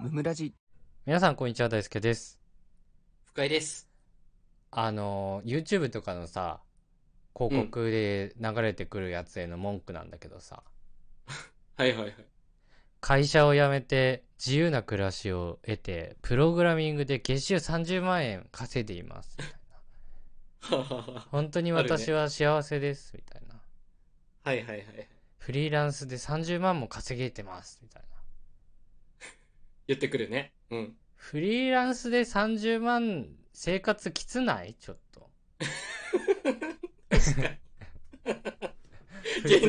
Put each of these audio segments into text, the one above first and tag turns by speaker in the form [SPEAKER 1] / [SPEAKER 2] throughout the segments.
[SPEAKER 1] ムムラジ
[SPEAKER 2] 皆さんこんにちは大輔です
[SPEAKER 3] 深井です。
[SPEAKER 2] あの YouTube とかのさ広告で流れてくるやつへの文句なんだけどさ、
[SPEAKER 3] はいはいはい。
[SPEAKER 2] 会社を辞めて自由な暮らしを得てプログラミングで月収30万円稼いでいますみたいな
[SPEAKER 3] ははは
[SPEAKER 2] 本当に私は幸せですみたいな、
[SPEAKER 3] はいはいはい。
[SPEAKER 2] フリーランスで30万も稼げてますみたいな
[SPEAKER 3] 言ってくるね。うん。
[SPEAKER 2] フリーランスで30万生活きつないちょっ と
[SPEAKER 3] 現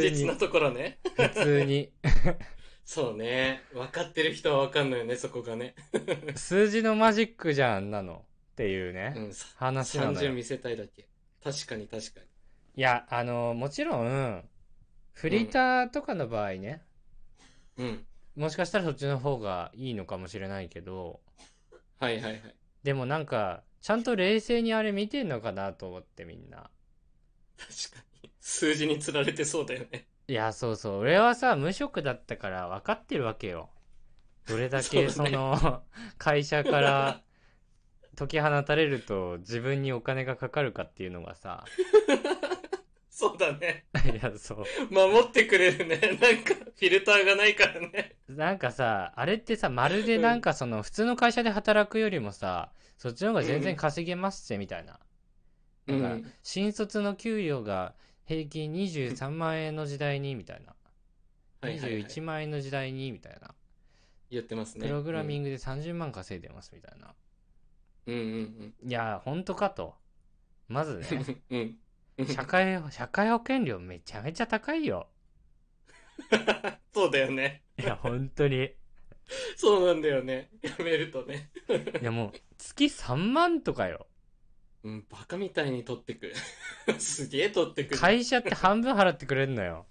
[SPEAKER 3] 実なところね。
[SPEAKER 2] 普通に
[SPEAKER 3] そうね。分かってる人は分かんないよね、そこがね。
[SPEAKER 2] 数字のマジックじゃんなのっていうね、
[SPEAKER 3] うん。さ
[SPEAKER 2] 話なの
[SPEAKER 3] 30
[SPEAKER 2] よ
[SPEAKER 3] 見せたいだけ。確かに確かに。
[SPEAKER 2] いやあのもちろんフリーターとかの場合ね、
[SPEAKER 3] うん。
[SPEAKER 2] もしかしたらそっちの方がいいのかもしれないけど
[SPEAKER 3] はいはいはい。
[SPEAKER 2] でもなんかちゃんと冷静にあれ見てんのかなと思ってみんな
[SPEAKER 3] 確かに。数字につられてそうだよね。
[SPEAKER 2] いやそうそう俺はさ無職だったから分かってるわけよどれだけ
[SPEAKER 3] そ
[SPEAKER 2] そう
[SPEAKER 3] だね
[SPEAKER 2] の会社から解き放たれると自分にお金がかかるかっていうのがさ
[SPEAKER 3] そうだね。
[SPEAKER 2] いやそう
[SPEAKER 3] 守ってくれるね。なんか、フィルターがないからね。
[SPEAKER 2] なんかさ、あれってさ、まるでなんかその、普通の会社で働くよりもさ、そっちの方が全然稼げますぜ、みたいな。
[SPEAKER 3] う
[SPEAKER 2] だから
[SPEAKER 3] ん。
[SPEAKER 2] 新卒の給与が平均23万円の時代に、みたいな。
[SPEAKER 3] はいはいはい。
[SPEAKER 2] 21万円の時代に、みたいな。
[SPEAKER 3] 言ってますね。
[SPEAKER 2] プログラミ
[SPEAKER 3] ン
[SPEAKER 2] ングで30万稼いでます、みたいな。
[SPEAKER 3] グ。うんうん
[SPEAKER 2] いや、本当かと。まずね、
[SPEAKER 3] うん。うん。
[SPEAKER 2] 社会、社会保険料めちゃめちゃ高いよ。
[SPEAKER 3] そうだよね。
[SPEAKER 2] いや、本当に。
[SPEAKER 3] そうなんだよね。やめるとね。
[SPEAKER 2] いや、もう、月3万とか よ。
[SPEAKER 3] うん、バカみたいに取ってく。 すげえ取ってくる。
[SPEAKER 2] 会社って半分払ってくれんのよ。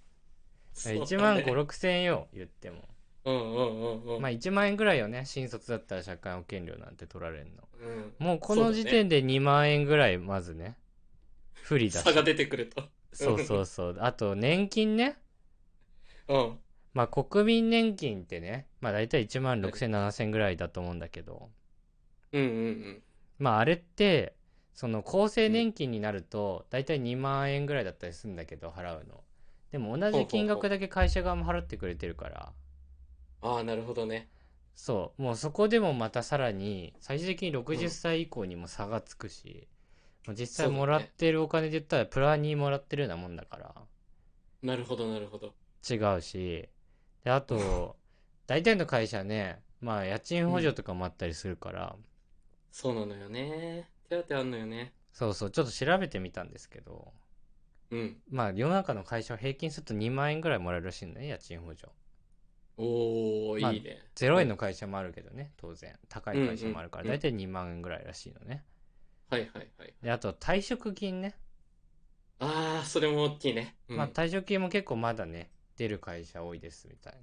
[SPEAKER 3] そうだね
[SPEAKER 2] 1万5、6千円よ、言っても。
[SPEAKER 3] うんうんうんうん。
[SPEAKER 2] まあ1万円ぐらいよね、新卒だったら社会保険料なんて取られんの。
[SPEAKER 3] うん、
[SPEAKER 2] もうこの時点で2万円ぐらい、まずね。不利だし
[SPEAKER 3] 差。が出てくると。
[SPEAKER 2] そうそう そう。あと、年金ね。
[SPEAKER 3] うん。
[SPEAKER 2] まあ国民年金ってね、まあ大体1万6千7千ぐらいだと思うんだけど、
[SPEAKER 3] うんうん
[SPEAKER 2] まああれって、その厚生年金になると、大体2万円ぐらいだったりするんだけど、払うの。でも同じ金額だけ会社側も払ってくれてるから。
[SPEAKER 3] うん。ああ、なるほどね。
[SPEAKER 2] そうもうそこでもまたさらに最終的に60歳以降にも差がつくし、もう実際
[SPEAKER 3] そうだね
[SPEAKER 2] もらってるお金で言ったらプラニーもらってるようなもんだから
[SPEAKER 3] なるほどなるほど。
[SPEAKER 2] 違うしであ と大体の会社ねまあ家賃補助とかもあったりするから、
[SPEAKER 3] そうなのよね。手当あんのよね。
[SPEAKER 2] そうそうちょっと調べてみたんですけど
[SPEAKER 3] うん。
[SPEAKER 2] まあ世の中の会社は平均すると2万円ぐらいもらえるらしいんだね家賃補助
[SPEAKER 3] おー、
[SPEAKER 2] まあ
[SPEAKER 3] いいね。
[SPEAKER 2] 0円の会社もあるけどね当然高い会社もあるから
[SPEAKER 3] うんうん
[SPEAKER 2] 大
[SPEAKER 3] うん
[SPEAKER 2] 体2万円ぐらいらしいのね
[SPEAKER 3] はいはいはい。
[SPEAKER 2] であと退職金ね
[SPEAKER 3] ああ、それも大きいね。うん、
[SPEAKER 2] まあ退職金も結構まだね出る会社多いですみたい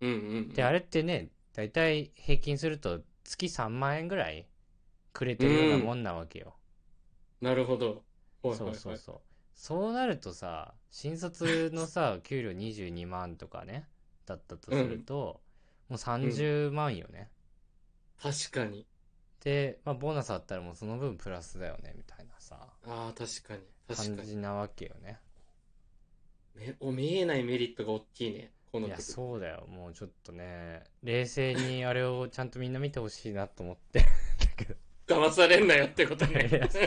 [SPEAKER 2] な
[SPEAKER 3] うんうん。
[SPEAKER 2] であ
[SPEAKER 3] れ
[SPEAKER 2] れってね大体平均すると月3万円ぐらいくれてるようなもんなわけよ、
[SPEAKER 3] なるほど。はいはい
[SPEAKER 2] そ
[SPEAKER 3] は
[SPEAKER 2] う
[SPEAKER 3] い。
[SPEAKER 2] そうそうそうなるとさ新卒の さ給料22万とかねだったとすると、もう30万よね、
[SPEAKER 3] 確かに。
[SPEAKER 2] で、まあ、ボーナスあったらもうその分プラスだよねみたいなさ
[SPEAKER 3] ああ、確かに。確
[SPEAKER 2] 感
[SPEAKER 3] かに。
[SPEAKER 2] じなわけよね
[SPEAKER 3] めお見えないメリットが大きいね。こうないっ
[SPEAKER 2] や
[SPEAKER 3] てくると
[SPEAKER 2] そうだよもうちょっとね冷静にあれをちゃんとみんな見てほしいなと思ってだけど
[SPEAKER 3] 騙されんなよってことね
[SPEAKER 2] いやそ。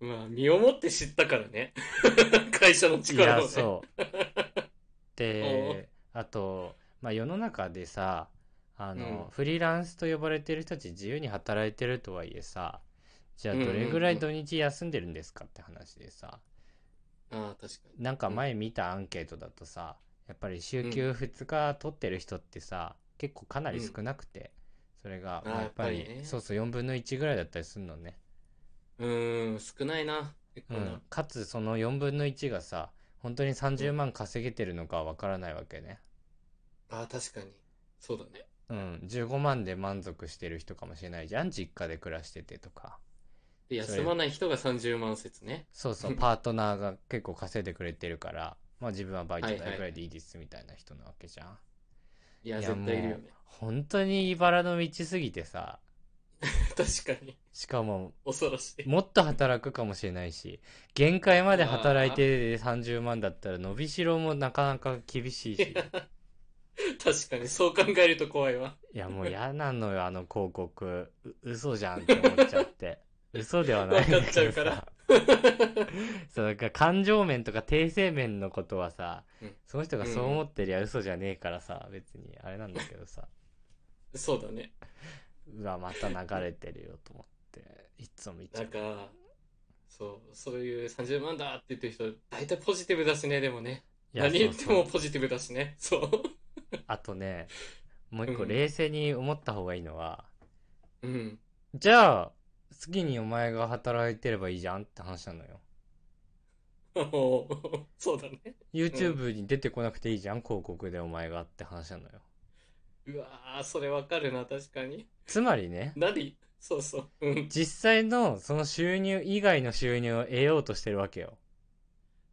[SPEAKER 3] まあ、身をもって知ったからね。 会社の
[SPEAKER 2] い
[SPEAKER 3] 力
[SPEAKER 2] や
[SPEAKER 3] をね。
[SPEAKER 2] そう
[SPEAKER 3] お
[SPEAKER 2] であと、まあ、世の中でさあの、
[SPEAKER 3] うん
[SPEAKER 2] フリーランスと呼ばれてる人たち自由に働いてるとはいえさじゃあ
[SPEAKER 3] うんうんう
[SPEAKER 2] ど
[SPEAKER 3] ん
[SPEAKER 2] れぐらい土日休んでるんですかって話でさ、
[SPEAKER 3] ああ、確かに。
[SPEAKER 2] なんか前見たアンケートだとさやっぱり週休2日取ってる人ってさ、結構かなり少なくて、それが
[SPEAKER 3] あー
[SPEAKER 2] まあやっぱり
[SPEAKER 3] やっぱりね
[SPEAKER 2] そうそう4分の1ぐらいだったりするのね、
[SPEAKER 3] うーん、少ないな。結
[SPEAKER 2] う
[SPEAKER 3] 構
[SPEAKER 2] ん
[SPEAKER 3] な。、
[SPEAKER 2] かつその4分の1がさ本当に30万稼げてるのかわからないわけね、
[SPEAKER 3] ああ、確かに。そうだね。
[SPEAKER 2] うん、15万で満足してる人かもしれないじゃん実家で暮らしててとか
[SPEAKER 3] で
[SPEAKER 2] そう
[SPEAKER 3] 休まない人が30万説ね。
[SPEAKER 2] そう そうパートナーが結構稼いでくれてるからまあ自分はバイト代ぐらいでいいですみたいな人なわけじゃん、
[SPEAKER 3] いや、
[SPEAKER 2] いや
[SPEAKER 3] 絶対いるよね。
[SPEAKER 2] 本当に茨の道すぎてさ
[SPEAKER 3] 確かに。
[SPEAKER 2] しかも
[SPEAKER 3] 恐ろしい。
[SPEAKER 2] もっと働くかもしれないし限界まで働いて30万だったら伸びしろもなかなか厳しい し
[SPEAKER 3] 確かに、そう考えると怖いわ。
[SPEAKER 2] いやもう嫌なのよあの広告う嘘じゃんって思っちゃって嘘ではないんだ
[SPEAKER 3] わかっち
[SPEAKER 2] け
[SPEAKER 3] ゃ
[SPEAKER 2] ど
[SPEAKER 3] うから
[SPEAKER 2] さそうなんか感情面とか定性面のことはさ、
[SPEAKER 3] うん
[SPEAKER 2] その人がそう思ってりゃ嘘じゃねえからさ別にあれなんだけどさ
[SPEAKER 3] そうだね。
[SPEAKER 2] うわまた流れてるよと思っていつも見ちゃ
[SPEAKER 3] な
[SPEAKER 2] う
[SPEAKER 3] んか、そう、そういう30万だって言ってる人、大体ポジティブだしね、でもね。
[SPEAKER 2] いや
[SPEAKER 3] 何言って
[SPEAKER 2] そう
[SPEAKER 3] も
[SPEAKER 2] そう
[SPEAKER 3] ポジティブだしね。そう。
[SPEAKER 2] あとねもう一個
[SPEAKER 3] うん
[SPEAKER 2] 冷静に思った方がいいのは、
[SPEAKER 3] うん。
[SPEAKER 2] じゃあ好きにお前が働いてればいいじゃんって話なのよ
[SPEAKER 3] おーそうだね。
[SPEAKER 2] YouTube に出てこなくていいじゃん広告でお前がって話なのよ
[SPEAKER 3] うわー、それわかるな、確かに。
[SPEAKER 2] つまりね
[SPEAKER 3] 何そうそう。うん。
[SPEAKER 2] 実際のその収入以外の収入を得ようとしてるわけよ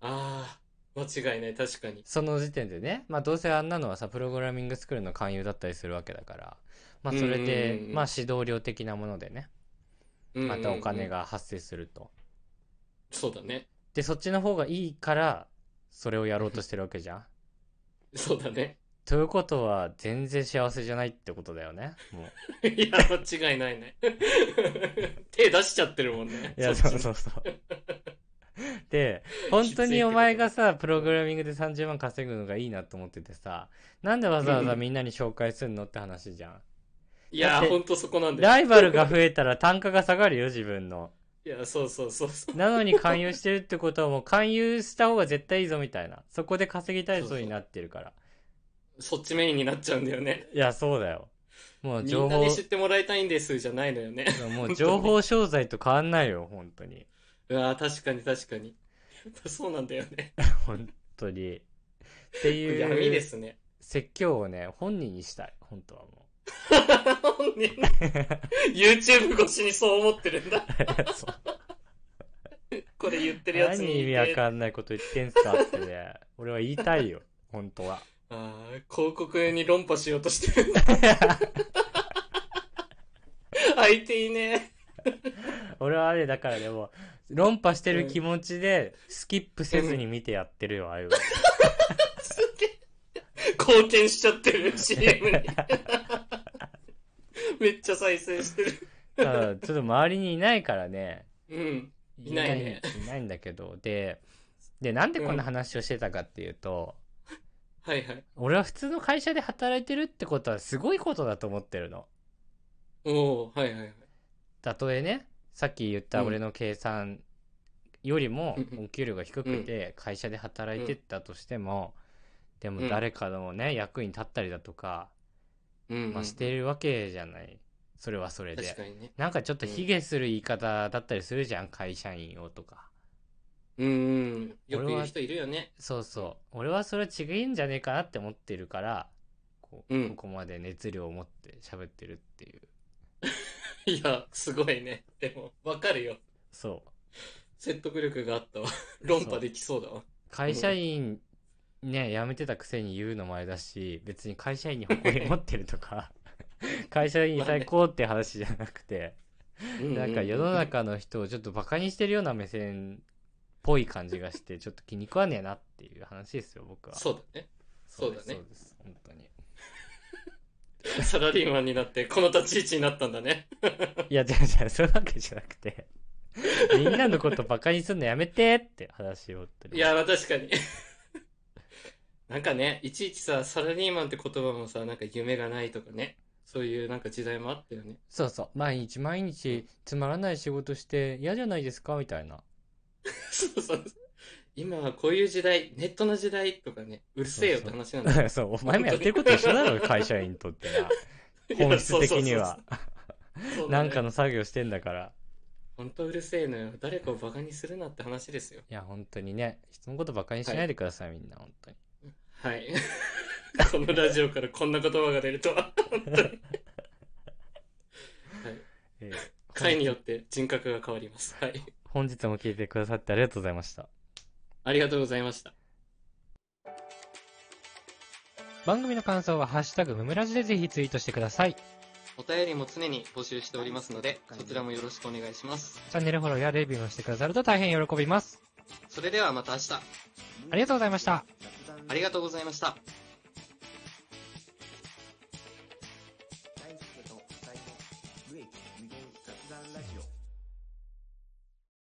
[SPEAKER 3] あー、間違いない、確かに。
[SPEAKER 2] その時点でねまあどうせあんなのはさプログラミングスクールの勧誘だったりするわけだからまあそれ
[SPEAKER 3] うん
[SPEAKER 2] で
[SPEAKER 3] うんうん
[SPEAKER 2] まあ指導料的なものでね
[SPEAKER 3] うん
[SPEAKER 2] またお
[SPEAKER 3] うんう
[SPEAKER 2] 金
[SPEAKER 3] ん
[SPEAKER 2] が発生すると
[SPEAKER 3] そうだね。
[SPEAKER 2] でそっちの方がいいからそれをやろうとしてるわけじゃん
[SPEAKER 3] そうだね。
[SPEAKER 2] ということは全然幸せじゃないってことだよねもう
[SPEAKER 3] いや、間違いないね。 手出しちゃってるもんね。
[SPEAKER 2] いや、そ
[SPEAKER 3] そっち
[SPEAKER 2] う
[SPEAKER 3] に
[SPEAKER 2] そうそう。 で、本当にお前がさ、プログラミングで30万稼ぐのがいいなと思っててさ、なんでわざわざみんなに紹介するのって話じゃん。
[SPEAKER 3] いや
[SPEAKER 2] だって
[SPEAKER 3] ー、ほんとそこなんだよ。
[SPEAKER 2] ライバルが増えたら単価が下がるよ、自分の。
[SPEAKER 3] いや、そうそうそうそう。
[SPEAKER 2] なのに勧誘してるってことはもう勧誘した方が絶対いいぞみたいな。そこで稼ぎたい
[SPEAKER 3] そう
[SPEAKER 2] ぞ
[SPEAKER 3] そう
[SPEAKER 2] になってるから。
[SPEAKER 3] そっちメインになっちゃうんだよね。
[SPEAKER 2] いや、そうだよ。もう
[SPEAKER 3] み
[SPEAKER 2] 情
[SPEAKER 3] んな
[SPEAKER 2] 報
[SPEAKER 3] に、知ってもらいたいんですじゃないのよね。
[SPEAKER 2] もう情報商材と変わんないよ、本当に。
[SPEAKER 3] うわー、確かに確かに。そうなんだよね。
[SPEAKER 2] 本当に。っていう。
[SPEAKER 3] 闇ですね。
[SPEAKER 2] 説教をね本人にしたい本当はも
[SPEAKER 3] 本人 YouTube 越しにそう思ってるんだ。
[SPEAKER 2] うそう
[SPEAKER 3] これ言ってるやつ
[SPEAKER 2] 何
[SPEAKER 3] に
[SPEAKER 2] 意味わかんないこと言ってんすかってね俺は言いたいよ本当は
[SPEAKER 3] あー広告に論破しようとしてるんだ。相手いね
[SPEAKER 2] 俺はあれだからでも論破してる気持ちでスキップせずに見てやってるよああいうの
[SPEAKER 3] すげえ。貢献しちゃってる、CM に。 めっちゃ再生してる。
[SPEAKER 2] ただちょっと周りにいないからね
[SPEAKER 3] うん。いないね
[SPEAKER 2] いないんだけどででなんでこんな話をしてたかっていうと、
[SPEAKER 3] はいはい。
[SPEAKER 2] 俺は普通の会社で働いてるってことはすごいことだと思ってるの
[SPEAKER 3] おー、はいはいはい。
[SPEAKER 2] たとえねさっき言った俺の計算よりも
[SPEAKER 3] うん
[SPEAKER 2] お給料が低くて会社で働いてったとしても、で
[SPEAKER 3] う
[SPEAKER 2] も
[SPEAKER 3] ん
[SPEAKER 2] 誰かのね役に立ったりだとか、
[SPEAKER 3] うんうん、
[SPEAKER 2] まあ、してるわけじゃないそれはそれ
[SPEAKER 3] 確か
[SPEAKER 2] で
[SPEAKER 3] にね。
[SPEAKER 2] なんかちょっと卑下する言い方だったりするじゃん会社員をとか
[SPEAKER 3] うんうん。よく
[SPEAKER 2] 俺
[SPEAKER 3] 言
[SPEAKER 2] は
[SPEAKER 3] う人いるよね。
[SPEAKER 2] そうそう俺はそれは違うんじゃねえかなって思ってるからこう
[SPEAKER 3] うん
[SPEAKER 2] ここまで熱量を持って喋ってるっていう
[SPEAKER 3] いや、すごいね。でも、わかるよ。
[SPEAKER 2] そう
[SPEAKER 3] 説得力があったわ。論破できそうだわ。
[SPEAKER 2] 会社員ね辞めてたくせに言うのもあれだし別に会社員に誇り持ってると か会社員最高って話じゃなくてなんか世の中の人をちょっとバカにしてるような目線っぽい感じがしてちょっと気に食わねえなっていう話ですよ僕は
[SPEAKER 3] そうだね。 そう
[SPEAKER 2] です
[SPEAKER 3] そう
[SPEAKER 2] そ
[SPEAKER 3] だね
[SPEAKER 2] うです本当に
[SPEAKER 3] サラリーマンになって、この立ち位置になったんだ ね。
[SPEAKER 2] いや違う違うそういうわけじゃなくてみんなのことバカにするのやめてって話を本当に
[SPEAKER 3] いや、まあ確かに。 なんかね、いちいちさ、サラリーマンって言葉もさ、なんか夢がないとかね。そういうなんか時代もあったよね。
[SPEAKER 2] そうそう毎日毎日つまらない仕事して嫌じゃないですかみたいな
[SPEAKER 3] そうそう。今はこういう時代、ネットの時代とかね、うるせえよって話なんだ よ。
[SPEAKER 2] そう、お前もやってること一緒だろ、会社員とってな。本質的には。
[SPEAKER 3] そうだ
[SPEAKER 2] な
[SPEAKER 3] ね
[SPEAKER 2] んかの作業してんだから。
[SPEAKER 3] 本当うるせえのよ。誰かをバカにするなって話ですよ。
[SPEAKER 2] いや、本当にね、人のことバカにしないでください、みんな、本当に。
[SPEAKER 3] はい。 このラジオからこんな言葉が出 るとは、本当に。はい。
[SPEAKER 2] えー
[SPEAKER 3] 回によって人格が変わります。はい。
[SPEAKER 2] 本日も聞いてくださってありがとうございました。
[SPEAKER 3] ありがとうございました。
[SPEAKER 2] 番組の感想は「ハッシュタグムムラジ」でぜひツイートしてください
[SPEAKER 3] お便りも常に募集しておりますので、そちらもよろしくお願いします。
[SPEAKER 2] チャンネルフォローやレビューもしてくださると大変喜びます
[SPEAKER 3] それではまた明日、
[SPEAKER 2] ありがとうございました
[SPEAKER 3] ありがとうございました。
[SPEAKER 1] 大輔と二人の無益無限雑談ラジオ